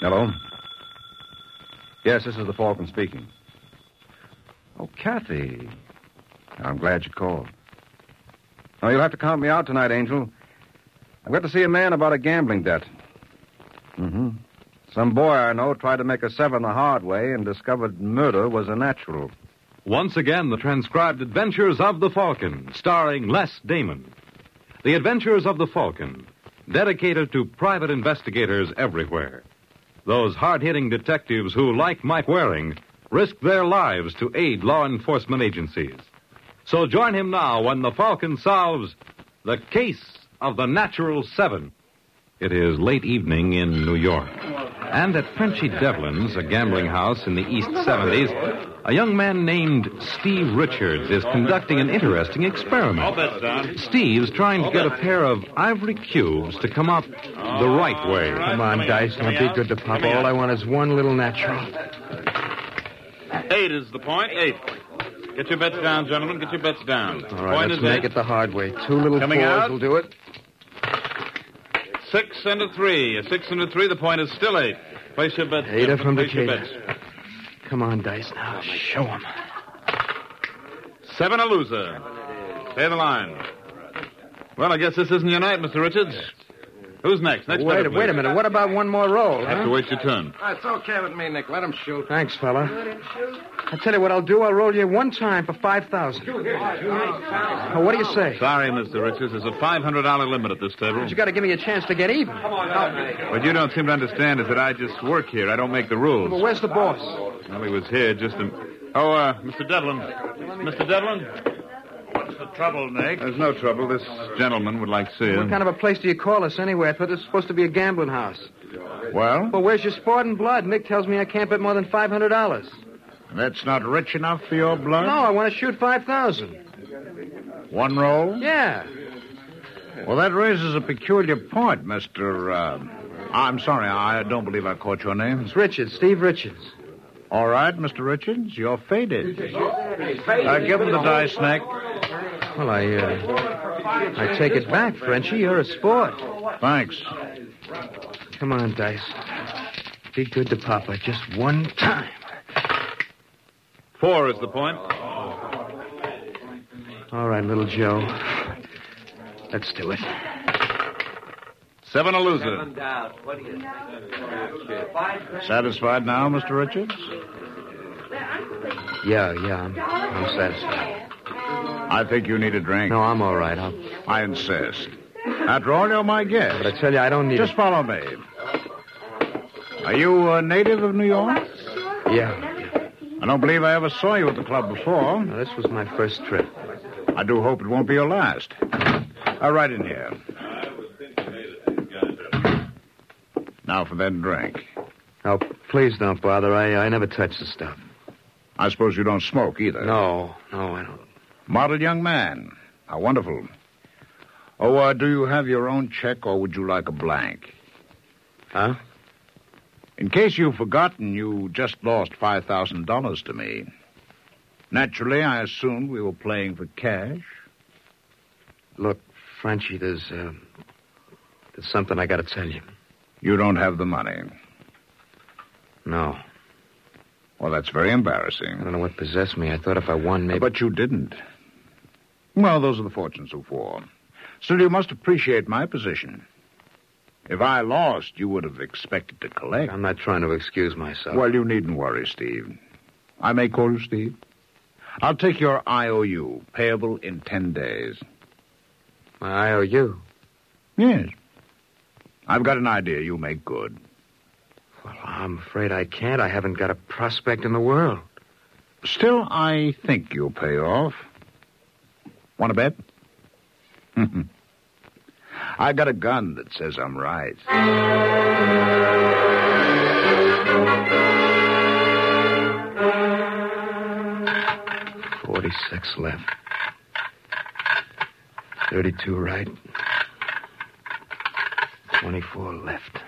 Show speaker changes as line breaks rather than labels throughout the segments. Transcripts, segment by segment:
Hello? Yes, this is the Falcon speaking. Oh, Kathy. I'm glad you called. Oh, you'll have to count me out tonight, Angel. I've got to see a man about a gambling debt. Mm-hmm. Some boy I know tried to make a seven the hard way and discovered murder was a natural.
Once again, the transcribed Adventures of the Falcon, starring Les Damon. The Adventures of the Falcon, dedicated to private investigators everywhere. Those hard hitting detectives who, like Mike Waring, risk their lives to aid law enforcement agencies. So join him now when the Falcon solves the case of the Natural Seven. It is late evening in New York. And at Frenchy Devlin's, a gambling house in the East 70s, a young man named Steve Richards is conducting an interesting experiment. Steve's trying to get a pair of ivory cubes to come up the right way.
Come on, Dice. Now be good to Papa. All I want is one little natural.
Eight is the point. Eight. Get your bets down, gentlemen. Get your bets down.
All right,
point
let's
is
make
eight.
it the hard way. Two little
Coming
fours
out.
will do it.
Six and a three. A six and a three. The point is still eight. Place your bets.
Eight are from
gentlemen. Place your
Decatur.
bets.
Come on, Dice. Now show 'em.
Seven a loser. Stay the line. Well, I guess this isn't your night, Mr. Richards. Who's next? Next
Wait,
batter,
wait a
please.
minute. What about one more roll?
Have
huh?
to wait your turn.
It's okay with me, Nick. Let him shoot.
Thanks, fella. I tell you what I'll do. I'll roll you one time for five thousand. Now, what do you say?
Sorry, Mr. Richards. There's a five hundred dollar limit at this table.
But you got to give me a chance to get even. Come on,
What you don't seem to understand is that I just work here. I don't make the rules.
Well, where's the boss?
Well, he was here just a... Oh, uh, Mr. Devlin. Mr. Devlin? What's the trouble, Nick? There's no trouble. This gentleman would like to see you.
What kind of a place do you call us anyway? I thought this was supposed to be a gambling house.
Well?
Well, where's your sport and blood? Nick tells me I can't bet more than five hundred dollars.
That's not rich enough for your blood?
No, I want to shoot five thousand.
One roll?
Yeah.
Well, that raises a peculiar point, Mr. Uh, I'm sorry, I don't believe I caught your name.
It's Richards, Steve Richards.
All right, Mr. Richards, you're faded. Uh, give him the dice, Nick.
Well, I, uh, I take it back, Frenchie. You're a sport.
Thanks.
Come on, Dice. Be good to Papa just one time.
Four is the point.
All right, little Joe. Let's do it.
Seven a loser. Satisfied now, Mr. Richards?
Yeah, yeah, I'm, I'm satisfied.
I think you need a drink.
No, I'm all right. I'll,
I insist. After all, you're my
but I
guest.
tell you, I don't need
Just follow me. Are you a native of New York?
it. Yeah.
I don't believe I ever saw you at the club before.
Now, this was my first trip.
I do hope it won't be your last. Uh, right in here. Now for that drink.
Oh, please don't bother. I, I never touch the stuff.
I suppose you don't smoke either.
No, no, I don't.
Model young man. How wonderful.
Oh, uh, do you have your own check, or would you like a blank?
Huh?
In case you've forgotten, you just lost $5,000 to me. Naturally, I assumed we were playing for cash.
Look, Frenchie, there's, uh, there's something I got to tell you.
You don't have the money.
No.
Well, that's very embarrassing.
I don't know what possessed me. I thought if I won, maybe.
But you didn't. Well, those are the fortunes of war. Still, you must appreciate my position. If I lost, you would have expected to collect.
I'm not trying to excuse myself.
Well, you needn't worry, Steve. I may call you Steve. I'll take your IOU, payable in ten days.
My IOU.
Yes. I've got an idea you make good.
Well, I'm afraid I can't. I haven't got a prospect in the world.
Still, I think you'll pay off. Want to bet? I got a gun that says I'm right.
Forty-six left. Thirty-two right. Twenty-four left.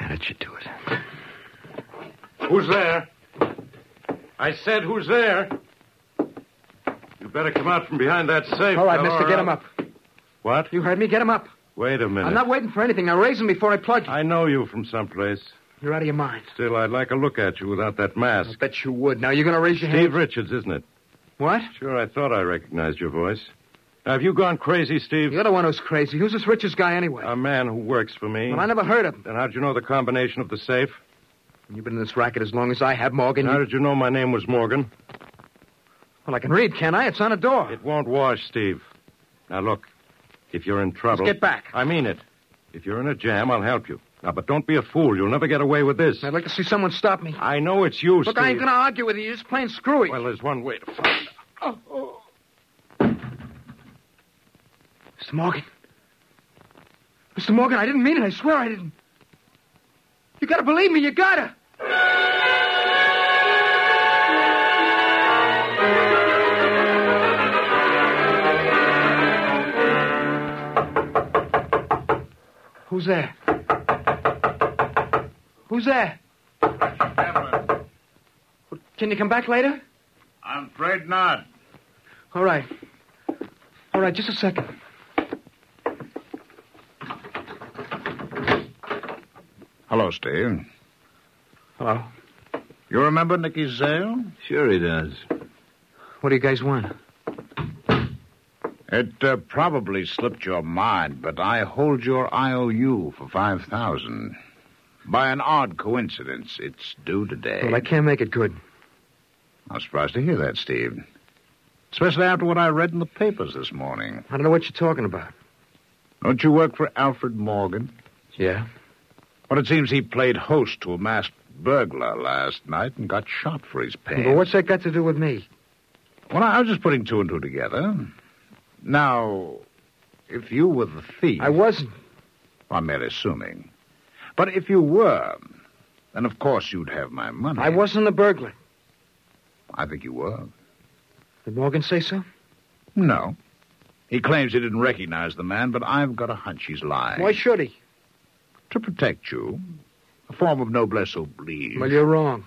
And that should do it.
Who's there? I said, who's there? You better come out from behind that safe.
All right,
fellow,
mister,
or
get
I'll-
him up.
What?
You heard me? Get him up.
Wait a minute.
I'm not waiting for anything. Now raise him before I plug you.
I know you from someplace.
You're out of your mind.
Still, I'd like a look at you without that
I
mask.
bet you would. Now you're going to raise your hand.
Steve Richards, isn't it?
What?
Sure, I thought I recognized your voice. Now, have you gone crazy, Steve?
You're the one who's crazy. Who's this richest guy anyway?
A man who works for me.
well, I never heard of him.
Then how'd you know the combination of the safe?
You've been in this racket as long as I have, Morgan.
How did you know my name was Morgan?
Well, I can read, can't I? It's on a door.
It won't wash, Steve. Now, look, if you're in trouble.
Just get back.
I mean it. If you're in a jam, I'll help you. Now, but don't be a fool. You'll never get away with this.
I'd like to see someone stop me.
I know it's you,
Look,
Steve.
I ain't going to argue with you. You're just plain screwy.
Well, there's one way to find out.
Mr. Morgan. Mr. Morgan, I didn't mean it. I swear I didn't. You gotta believe me. You gotta. Who's there? Who's there?
Devlin,
Can you come back later?
I'm afraid not.
All right. All right, just a second.
Hello, Steve.
Hello.
You remember Nicky Zale?
Sure he does.
What do you guys want?
It uh, probably slipped your mind, but I hold your IOU for 5000 By an odd coincidence, it's due today.
Well, I can't make it good.
I'm surprised to hear that, Steve. Especially after what I read in the papers this morning.
I don't know what you're talking about.
Don't you work for Alfred Morgan?
Yeah?
Well, it seems he played host to a masked burglar last night and got shot for his pains.
But what's that got to do with me?
Well, I I was just putting two and two together. Now, if you were the thief...
I wasn't.
I'm merely assuming. But if you were, then of course you'd have my money.
I wasn't the burglar.
I think you were.
Did Morgan say so?
No. He claims he didn't recognize the man, but I've got a hunch he's lying.
Why should he?
to protect you. A form of noblesse oblige.
Well, you're wrong.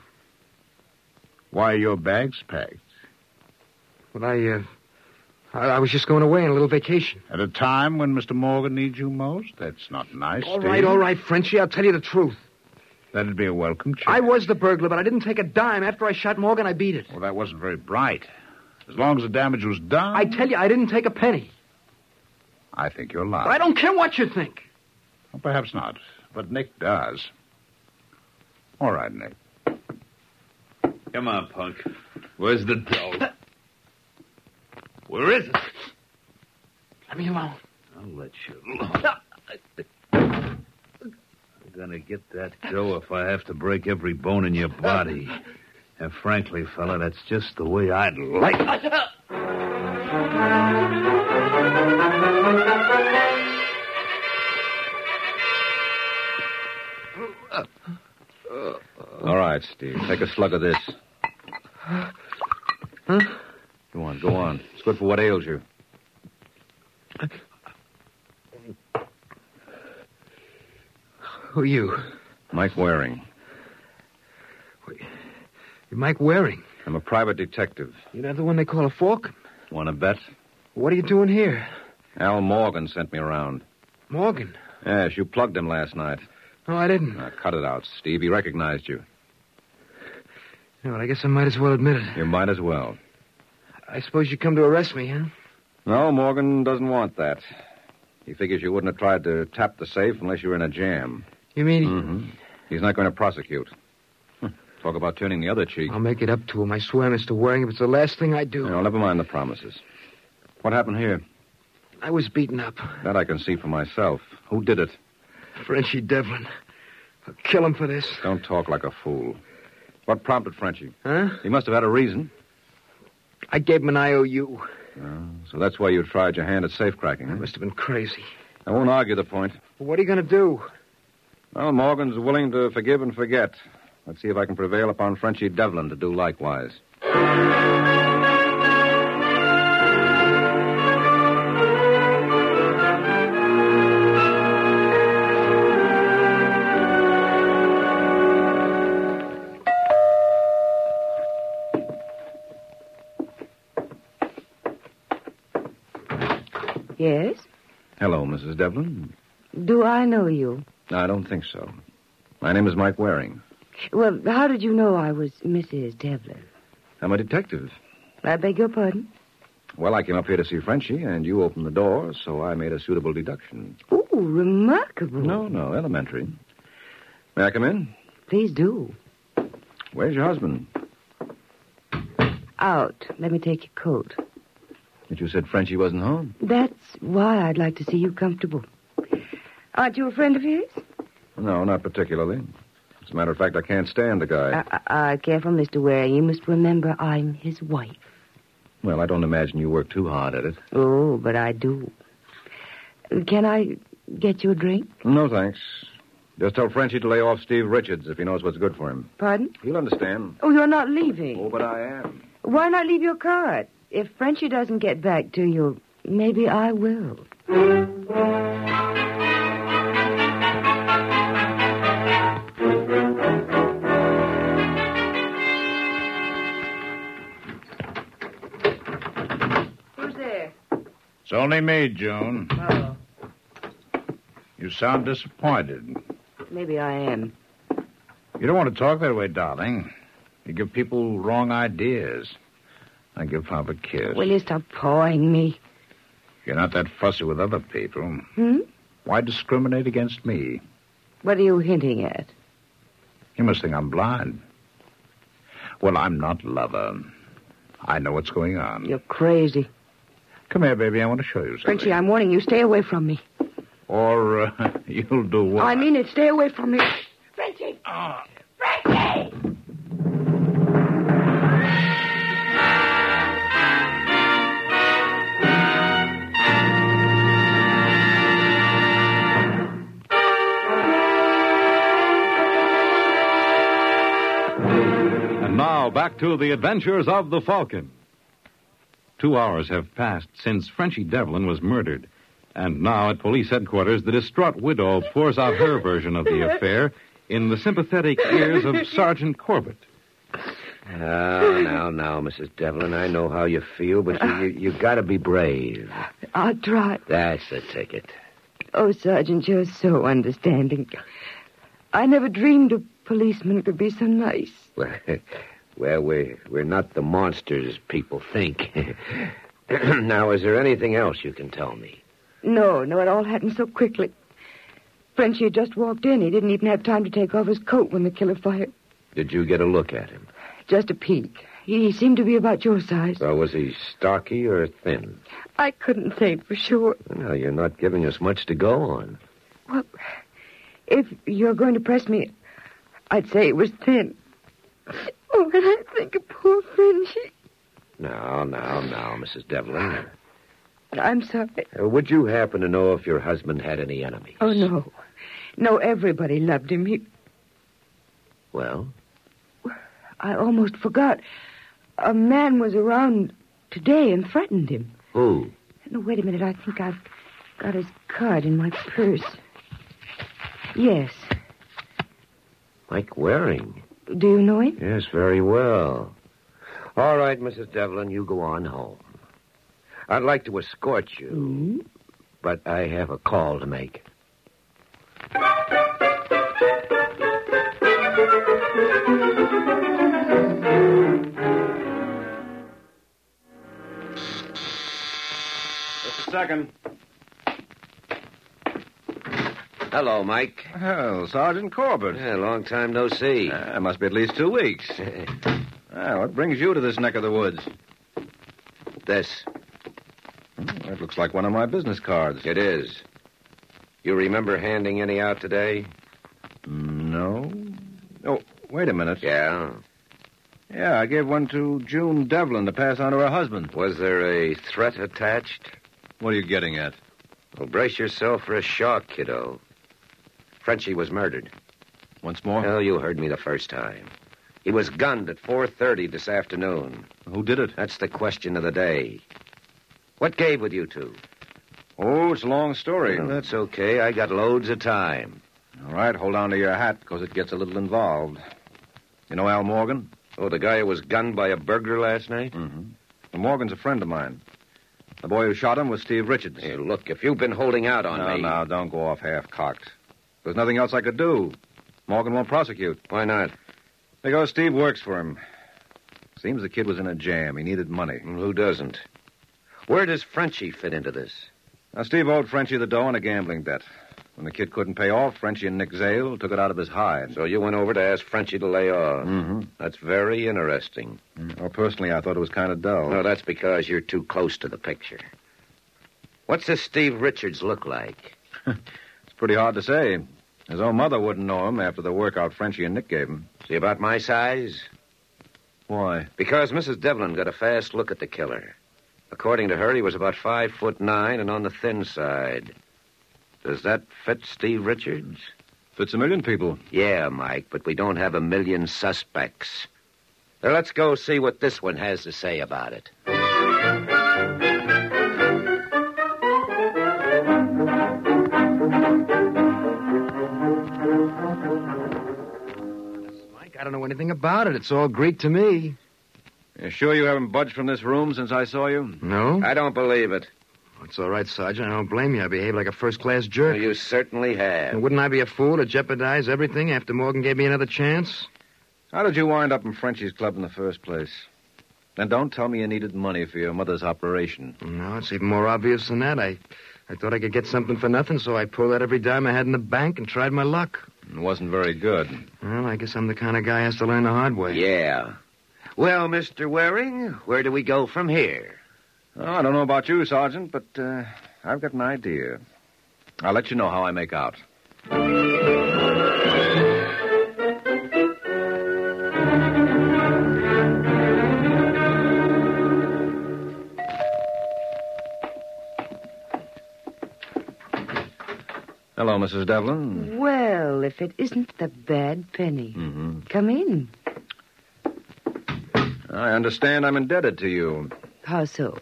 Why your bag's packed.
Well, I, uh, I, I was just going away on a little vacation.
At a time when Mr. Morgan needs you most? That's not nice,
All
Steve.
right, all right, Frenchie, I'll tell you the truth.
That'd be a welcome change.
I was the burglar, but I didn't take a dime. After I shot Morgan, I beat it.
Well, that wasn't very bright. As long as the damage was done,
I tell you, I didn't take a penny.
I think you're
But I
lying.
don't care what you think.
Perhaps not, but Nick does. All right, Nick.
Come on, punk. Where's the dough? Where is it?
Let me alone.
I'll let you alone. I'm gonna get that dough if I have to break every bone in your body. And frankly, fella, that's just the way I'd like it.
All right, Steve. Take a slug of this. Go on, go on. It's good for what ails you.
Who are you?
Mike Waring.
You're Mike Waring.
I'm a private detective.
You're not the one they call a fork?
Want to bet?
What are you doing here?
Al Morgan sent me around.
Morgan.
Yes, you plugged him last night.
No, I didn't.
Now, cut it out, Steve. He recognized you.
No, but I guess I might as well admit it.
You might as well.
I suppose you come to arrest me, huh?
No, Morgan doesn't want that. He figures you wouldn't have tried to tap the safe unless you were in a jam.
You mean
Mm-hmm. He's not going to prosecute. Huh. Talk about turning the other cheek.
I'll make it up to him. I swear, Mr. Waring, if it's the last thing I do.
No, never mind the promises. What happened here?
I was beaten up.
That I can see for myself. Who did it?
Frenchie Devlin. I'll kill him for this.
Don't talk like a fool. What prompted Frenchie?
Huh?
He must have had a reason.
I gave him an IOU.
So that's why you tried your hand at safe cracking.
Must have been crazy.
I won't argue the point.
What are you going to do?
Well, Morgan's willing to forgive and forget. Let's see if I can prevail upon Frenchie Devlin to do likewise.
Yes?
Hello, Mrs. Devlin.
Do I know you?
No, I don't think so. My name is Mike Waring.
Well, how did you know I was Mrs. Devlin?
I'm a detective.
I beg your pardon?
Well, I came up here to see Frenchie, and you opened the door, so I made a suitable deduction.
Ooh, remarkable.
No, no, elementary. May I come in?
Please do.
Where's your husband?
Out. Let me take your coat.
But you said Frenchie wasn't home.
That's why I'd like to see you comfortable. Aren't you a friend of his?
No, not particularly. As a matter of fact, I can't stand the guy.
Uh, uh, careful, Mr. Waring. You must remember I'm his wife.
Well, I don't imagine you work too hard at it.
Oh, but I do. Can I get you a drink?
No, thanks. Just tell Frenchie to lay off Steve Richards if he knows what's good for him.
Pardon?
He'll understand.
Oh, you're not leaving.
Oh, but I am.
Why not leave your card? If Frenchie doesn't get back to you, maybe I will. Who's there?
It's only me, Joan.
Oh,
You sound disappointed.
maybe I am.
You don't want to talk that way, darling. You give people wrong ideas. I give Pop a kiss.
Will you stop pawing me?
You're not that fussy with other people.
Hmm?
Why discriminate against me?
What are you hinting at?
You must think I'm blind. Well, I'm not lover. I know what's going on.
You're crazy.
Come here, baby. I want to show you something.
Frenchie, I'm warning you. Stay away from me.
Or uh, you'll do what?
I mean it. Stay away from me. Frenchie! Frenchie!
And now back to the adventures of the Falcon. Two hours have passed since Frenchie Devlin was murdered. And now at police headquarters, the distraught widow pours out her version of the affair in the sympathetic ears of Sergeant Corbett.
Now, now, now, Mrs. Devlin, I know how you feel, but you, you, you gotta be brave.
I'll try.
That's the ticket.
Oh, Sergeant, you're so understanding. I never dreamed a policeman could be so nice.
Well, well we're, we're not the monsters people think. now, is there anything else you can tell me?
No, no, it all happened so quickly. Frenchie had just walked in. He didn't even have time to take off his coat when the killer fired.
Did you get a look at him?
Just a peek. He seemed to be about your size.
Or was he stocky or thin?
I couldn't say for sure.
Well, you're not giving us much to go on.
Well, if you're going to press me, I'd say it was thin. Oh, and I think of poor Frenchie.
Now, now, now, Mrs. Devlin.
I'm sorry.
Uh, Would you happen to know if your husband had any enemy?
Oh, no. No, everybody loved him. He,
Well,
I almost forgot. A man was around today and threatened him.
who?
No, wait a minute. I think I've got his card in my purse. Yes.
Mike Waring.
Do you know him?
Yes, very well. All right, Mrs. Devlin, you go on home. I'd like to escort you, but I have a call to make.
Just a second.
Hello, Mike.
Well, Sergeant Corbett.
Yeah, long time no see.
Uh, must be at least two weeks. Ah, what brings you to this neck of the woods?
This.
That Hmm, looks like one of my business cards.
It is. You remember handing any out today?
No. Oh, wait a minute.
Yeah.
Yeah, I gave one to June Devlin to pass on to her husband.
Was there a threat attached?
What are you getting at?
Well, brace yourself for a shock, kiddo. Frenchie was murdered.
Once more?
Well, you heard me the first time. He was gunned at 4.30 this afternoon.
Who did it?
That's the question of the day. What gave with you two?
Oh, it's a long story.
Well, that's okay. I got loads of time.
All right, hold on to your hat because it gets a little involved. You know Al Morgan?
Oh, the guy who was gunned by a burglar last night?
Mm-hmm. Well, Morgan's a friend of mine. The boy who shot him was Steve Richards.
Hey, look, if you've been holding out on
no,
me...
no, don't go off half cocked. There's nothing else I could do. Morgan won't prosecute.
Why not?
Because Steve works for him. Seems the kid was in a jam. He needed money.
Who doesn't? Where does Frenchie fit into this?
Now, Steve owed Frenchie the dough on a gambling debt. When the kid couldn't pay off, Frenchie and Nick Zale took it out of his hide.
So you went over to ask Frenchie to lay off.
Mm-hmm.
That's very interesting.
Well, personally, I thought it was kind of dull.
No, that's because you're too close to the picture. What's this Steve Richards look like?
It's pretty hard to say. His own mother wouldn't know him after the workout Frenchie and Nick gave him.
Is he about my size?
Why?
Because Mrs. Devlin got a fast look at the killer. According to her, he was about five foot nine and on the thin side. Does that fit Steve Richards?
Fits a million people.
Yeah, Mike, but we don't have a million suspects. Now let's go see what this one has to say about it.
Mike, I don't know anything about it. It's all Greek to me.
You sure you haven't budged from this room since I saw you?
No?
I don't believe it.
It's all right, Sergeant. I don't blame you. I behaved like a first class jerk.
You certainly
And
have.
wouldn't I be a fool to jeopardize everything after Morgan gave me another chance?
How did you wind up in Frenchie's club in the first place? And don't tell me you needed money for your mother's operation.
No, it's even more obvious than that. I, I thought I could get something for nothing, so I pulled out every dime I had in the bank and tried my luck.
It wasn't very good.
Well, I guess I'm the kind of guy who has to learn the hard way.
Yeah. Well, Mr. Waring, where do we go from here?
Oh, I don't know about you, Sergeant, but uh, I've got an idea. I'll let you know how I make out. Hello, Mrs. Devlin.
Well, if it isn't the bad penny.
Mm-hmm.
Come in.
I understand I'm indebted to you.
How so?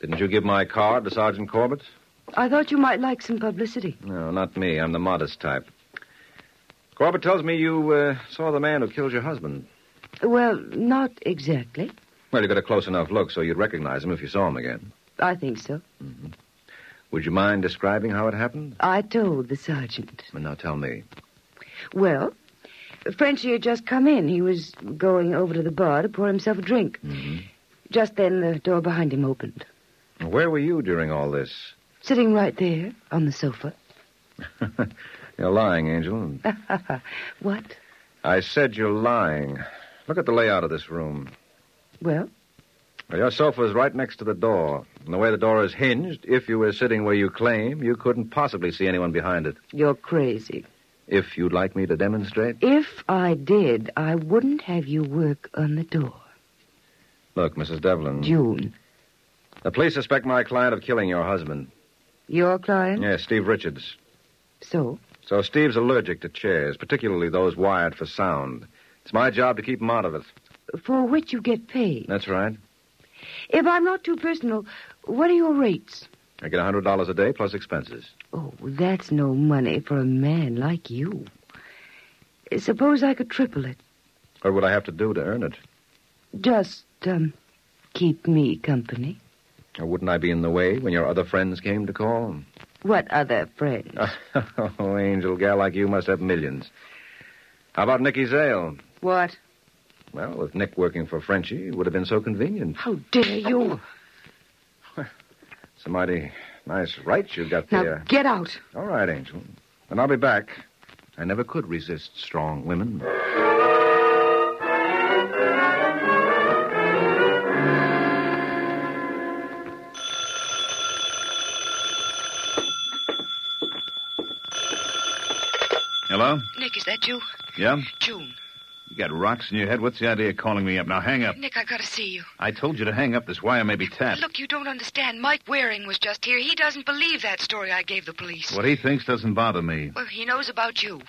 Didn't you give my card to Sergeant Corbett?
I thought you might like some publicity.
No, not me. I'm the modest type. Corbett tells me you uh, saw the man who killed your husband.
Well, not exactly.
Well, you got a close enough look so you'd recognize him if you saw him again.
I think so.
Would you mind describing how it happened?
I told the sergeant.
Well, now tell me.
Well, Frenchie had just come in. He was going over to the bar to pour himself a drink.
Mm-hmm.
Just then, the door behind him opened.
Where were you during all this?
Sitting right there on the sofa.
You're lying, Angel.
What?
I said you're lying. Look at the layout of this room.
Well,
Well, Your sofa is right next to the door. And the way the door is hinged, if you were sitting where you claim, you couldn't possibly see anyone behind it.
you're crazy.
If you'd like me to demonstrate.
If I did, I wouldn't have you work on the door.
Look, Mrs. Devlin.
June,
The police suspect my client of killing your husband.
your client?
Yes, Steve Richards.
So,
So Steve's allergic to chairs, particularly those wired for sound. It's my job to keep him out of it.
for which you get paid.
That's right.
If I'm not too personal, what are your rates?
I get a $100 a day plus expenses.
Oh, that's no money for a man like you.
Suppose I could triple it.
What would I have to do to earn it?
Just, um, keep me company.
Or wouldn't I be in the way when your other friends came to call?
What other friend?
oh, Angel, a gal like you must have millions. How about Nicky Zale?
What?
Well, with Nick working for Frenchie, it would have been so convenient.
How dare you?
It's a mighty nice right you've got
Now,
there.
get out.
All right, Angel. And I'll be back. I never could resist strong women.
Hello?
Nick, is that you?
Yeah?
June.
You got rocks in your head. What's the idea of calling me up? Now hang up.
Nick, I gotta see you.
I told you to hang up. This wire may be
Uh.
tapped.
Look, you don't understand. Mike Waring was just here. He doesn't believe that story I gave the police.
What he thinks doesn't bother me.
Well, he knows about you.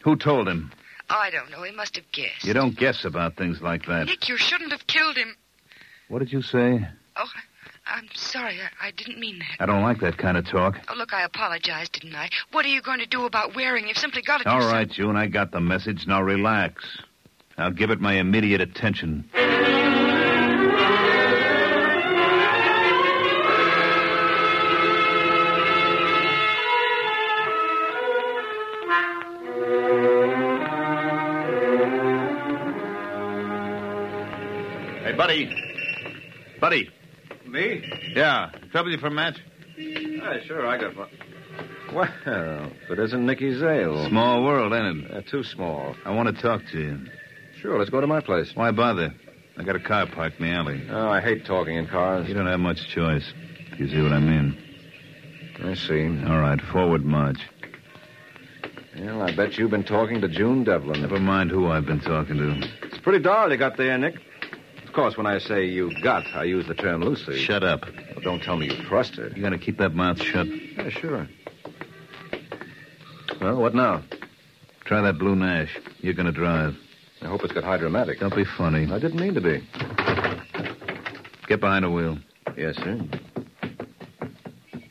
Who told him?
I don't know. He must have guessed.
You don't guess about things like that.
Nick, you shouldn't have killed him.
What did you say?
Oh, I- I'm sorry. I, I didn't mean that.
I don't like that kind of talk.
Oh, look, I apologize, didn't I? What are you going to do about Waring? You've simply got to do
All
something.
right, June, I got the message. Now relax. I'll give it my immediate attention. Hey, buddy. Buddy.
Me?
Yeah. Trouble you for a match?
sure, I got one. Well, but isn't Nicky Zale?
Small world, ain't it?
Uh, too small.
I want to talk to you.
Sure, let's go to my place.
Why bother? I got a car parked in the alley.
Oh, I hate talking in cars.
You don't have much choice. if You see what I mean?
I see.
All right, forward march.
Well, I bet you've been talking to June Devlin.
Never mind who I've been talking to.
It's pretty dark you got there, Nick. Of course, when I say you got, I use the term loosely.
Shut up.
Well, don't tell me you trust her.
You gotta keep that mouth shut.
Yeah, sure. Well, what now?
Try that blue Nash. You're gonna drive.
I hope it's got hydromatic.
Don't be funny.
I didn't mean to be.
Get behind the wheel.
Yes, sir.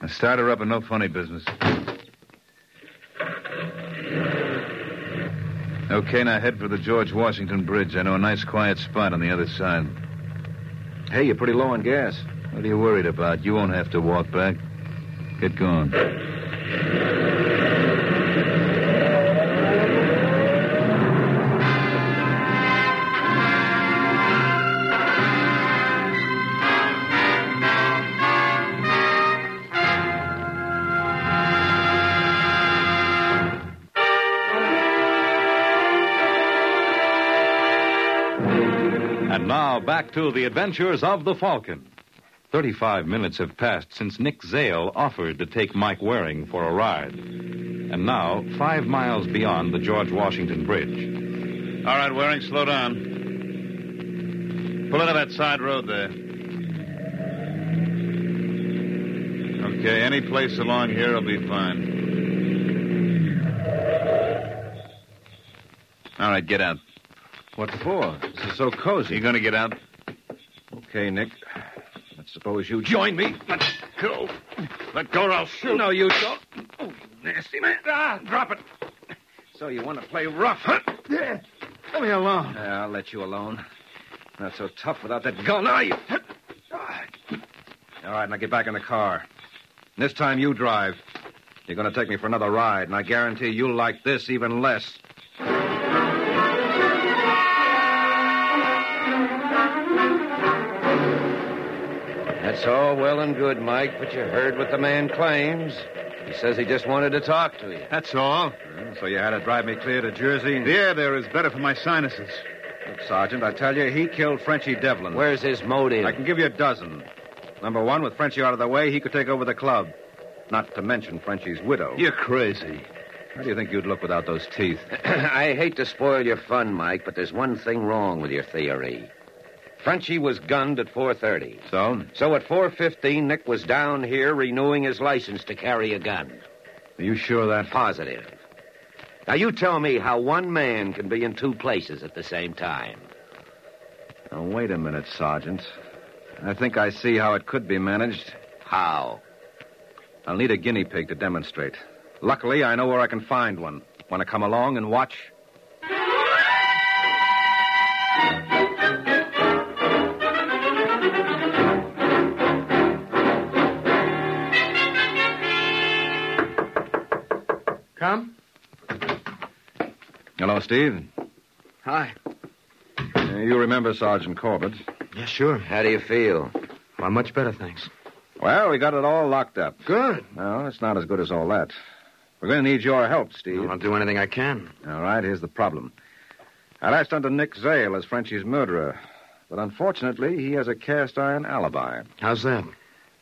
Now start her up and no funny business. Okay, now head for the George Washington Bridge. I know a nice quiet spot on the other side.
Hey, you're pretty low on gas.
What are you worried about? You won't have to walk back. Get going.
And now back to the adventures of the Falcon. Thirty-five minutes have passed since Nick Zale offered to take Mike Waring for a ride. And now, five miles beyond the George Washington Bridge.
All right, Waring, slow down. Pull into that side road there. Okay, any place along here will be fine. All right, get out.
What for? This is so
You
cozy.
gonna get out?
Okay, Nick. Let's suppose you join me.
Go. Let go or I'll shoot.
No, you don't. Oh, nasty man. Ah, drop it. So you want to play rough, huh?
There. Let me alone.
Yeah, I'll let you alone. Not so tough without that gun, are you? All right, now get back in the car. This time you drive. You're going to take me for another ride, and I guarantee you'll like this even less.
That's all well and good, Mike, but you heard what the man claims. He says he just wanted to talk to you.
That's all.
So you had to drive me clear to Jersey?
The air there is better for my sinuses.
Look, Sergeant, I tell you, he killed Frenchie Devlin.
Where's his motive?
I can give you a dozen. Number one, with Frenchie out of the way, he could take over the club. Not to mention Frenchie's widow.
You're crazy.
How do you think you'd look without those teeth?
I hate to spoil your fun, Mike, but there's one thing wrong with your theory. Frenchie was gunned at 4:30.
So?
So at 4:15, Nick was down here renewing his license to carry a gun.
Are you sure of that?
Positive. Now you tell me how one man can be in two places at the same time.
Now, wait a minute, Sergeant. I think I see how it could be managed.
How?
I'll need a guinea pig to demonstrate. Luckily, I know where I can find one. Want to come along and watch?
Come?
Hello, Steve.
Hi.
Uh, You remember Sergeant Corbett?
Yeah, sure.
How do you feel?
Why, much better, thanks.
Well, we got it all locked up.
Good.
No, it's not as good as all that. We're going to need your help, Steve.
I'll do anything I can.
All right, here's the problem. I latched onto Nick Zale as Frenchie's murderer, but unfortunately, he has a cast iron alibi.
How's that?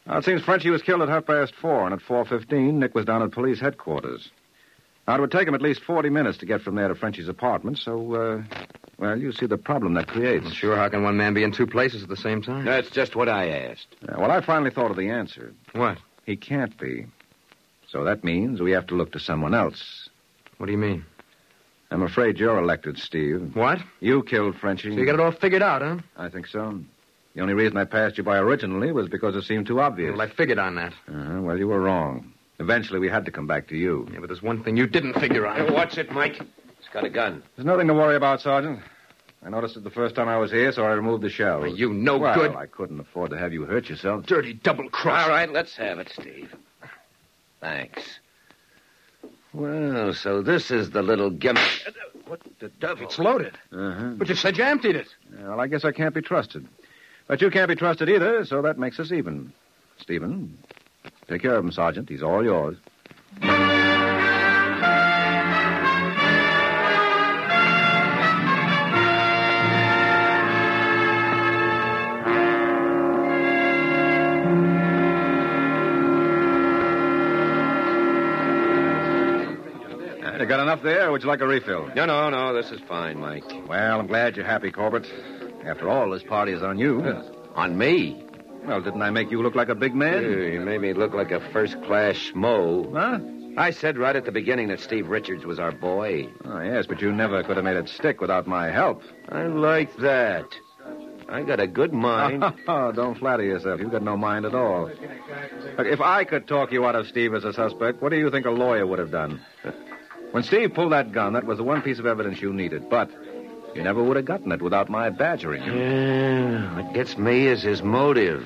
Now, it seems Frenchie was killed at half past four, and at four fifteen, Nick was down at police headquarters. Now, it would take him at least forty minutes to get from there to Frenchie's apartment, so, uh, well, you see the problem that creates.
Sure, how can one man be in two places at the same time?
That's just what I asked. well, I finally thought of the answer.
What?
He can't be. So that means we have to look to someone else.
What do you mean?
I'm afraid you're elected, Steve.
What?
You killed Frenchie.
So you got it all figured out, huh?
I think so. The only reason I passed you by originally was because it seemed too obvious.
Well, I figured on that.
Uh-huh. Well, you were wrong. Eventually, we had to come back to you. Yeah,
but there's one thing you didn't figure on.
what's it, Mike? He's got a gun.
There's nothing to worry about, Sergeant. I noticed it the first time I was here, so I removed the shell.
you no
well,
good-
I couldn't afford to have you hurt yourself.
Dirty double cross.
All right, let's have it, Steve. Thanks. Well, so this is the little gimmick. What the devil?
It's loaded.
Uh-huh.
But you said you emptied it.
Well, I guess I can't be trusted. But you can't be trusted either, so that makes us even. Stephen, take care of him, Sergeant. He's all yours. You got enough there, or would you like a refill?
No, no, no. This is fine, Mike.
Well, I'm glad you're happy, Corbett. After all, this party is on you.
On me?
Well, didn't I make you look like a big man?
You made me look like a first class schmo.
Huh?
I said right at the beginning that Steve Richards was our boy.
Oh, yes, but you never could have made it stick without my help.
I like that. I got a good mind.
Oh, Don't flatter yourself. You've got no mind at all. Look, if I could talk you out of Steve as a suspect, what do you think a lawyer would have done? When Steve pulled that gun, that was the one piece of evidence you needed, but you never would have gotten it without my badgering you.
Yeah, what gets me is his motive.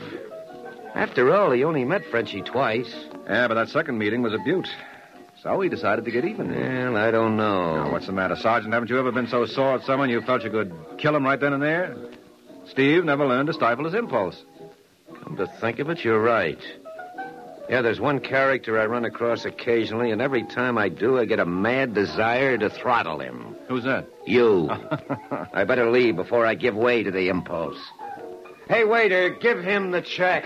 After all, he only met Frenchie twice.
Yeah, but that second meeting was a beaut. So he decided to get even.
Well, I don't know.
Now, what's the matter, Sergeant? Haven't you ever been so sore at someone you felt you could kill him right then and there? Steve never learned to stifle his impulse.
Come to think of it, you're right. Yeah, there's one character I run across occasionally, and every time I do, I get a mad desire to throttle him.
Who's that?
You. I better leave before I give way to the impulse. Hey, waiter, give him the check.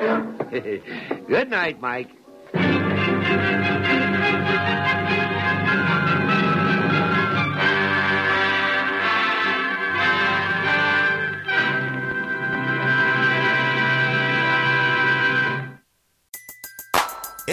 Good night, Mike.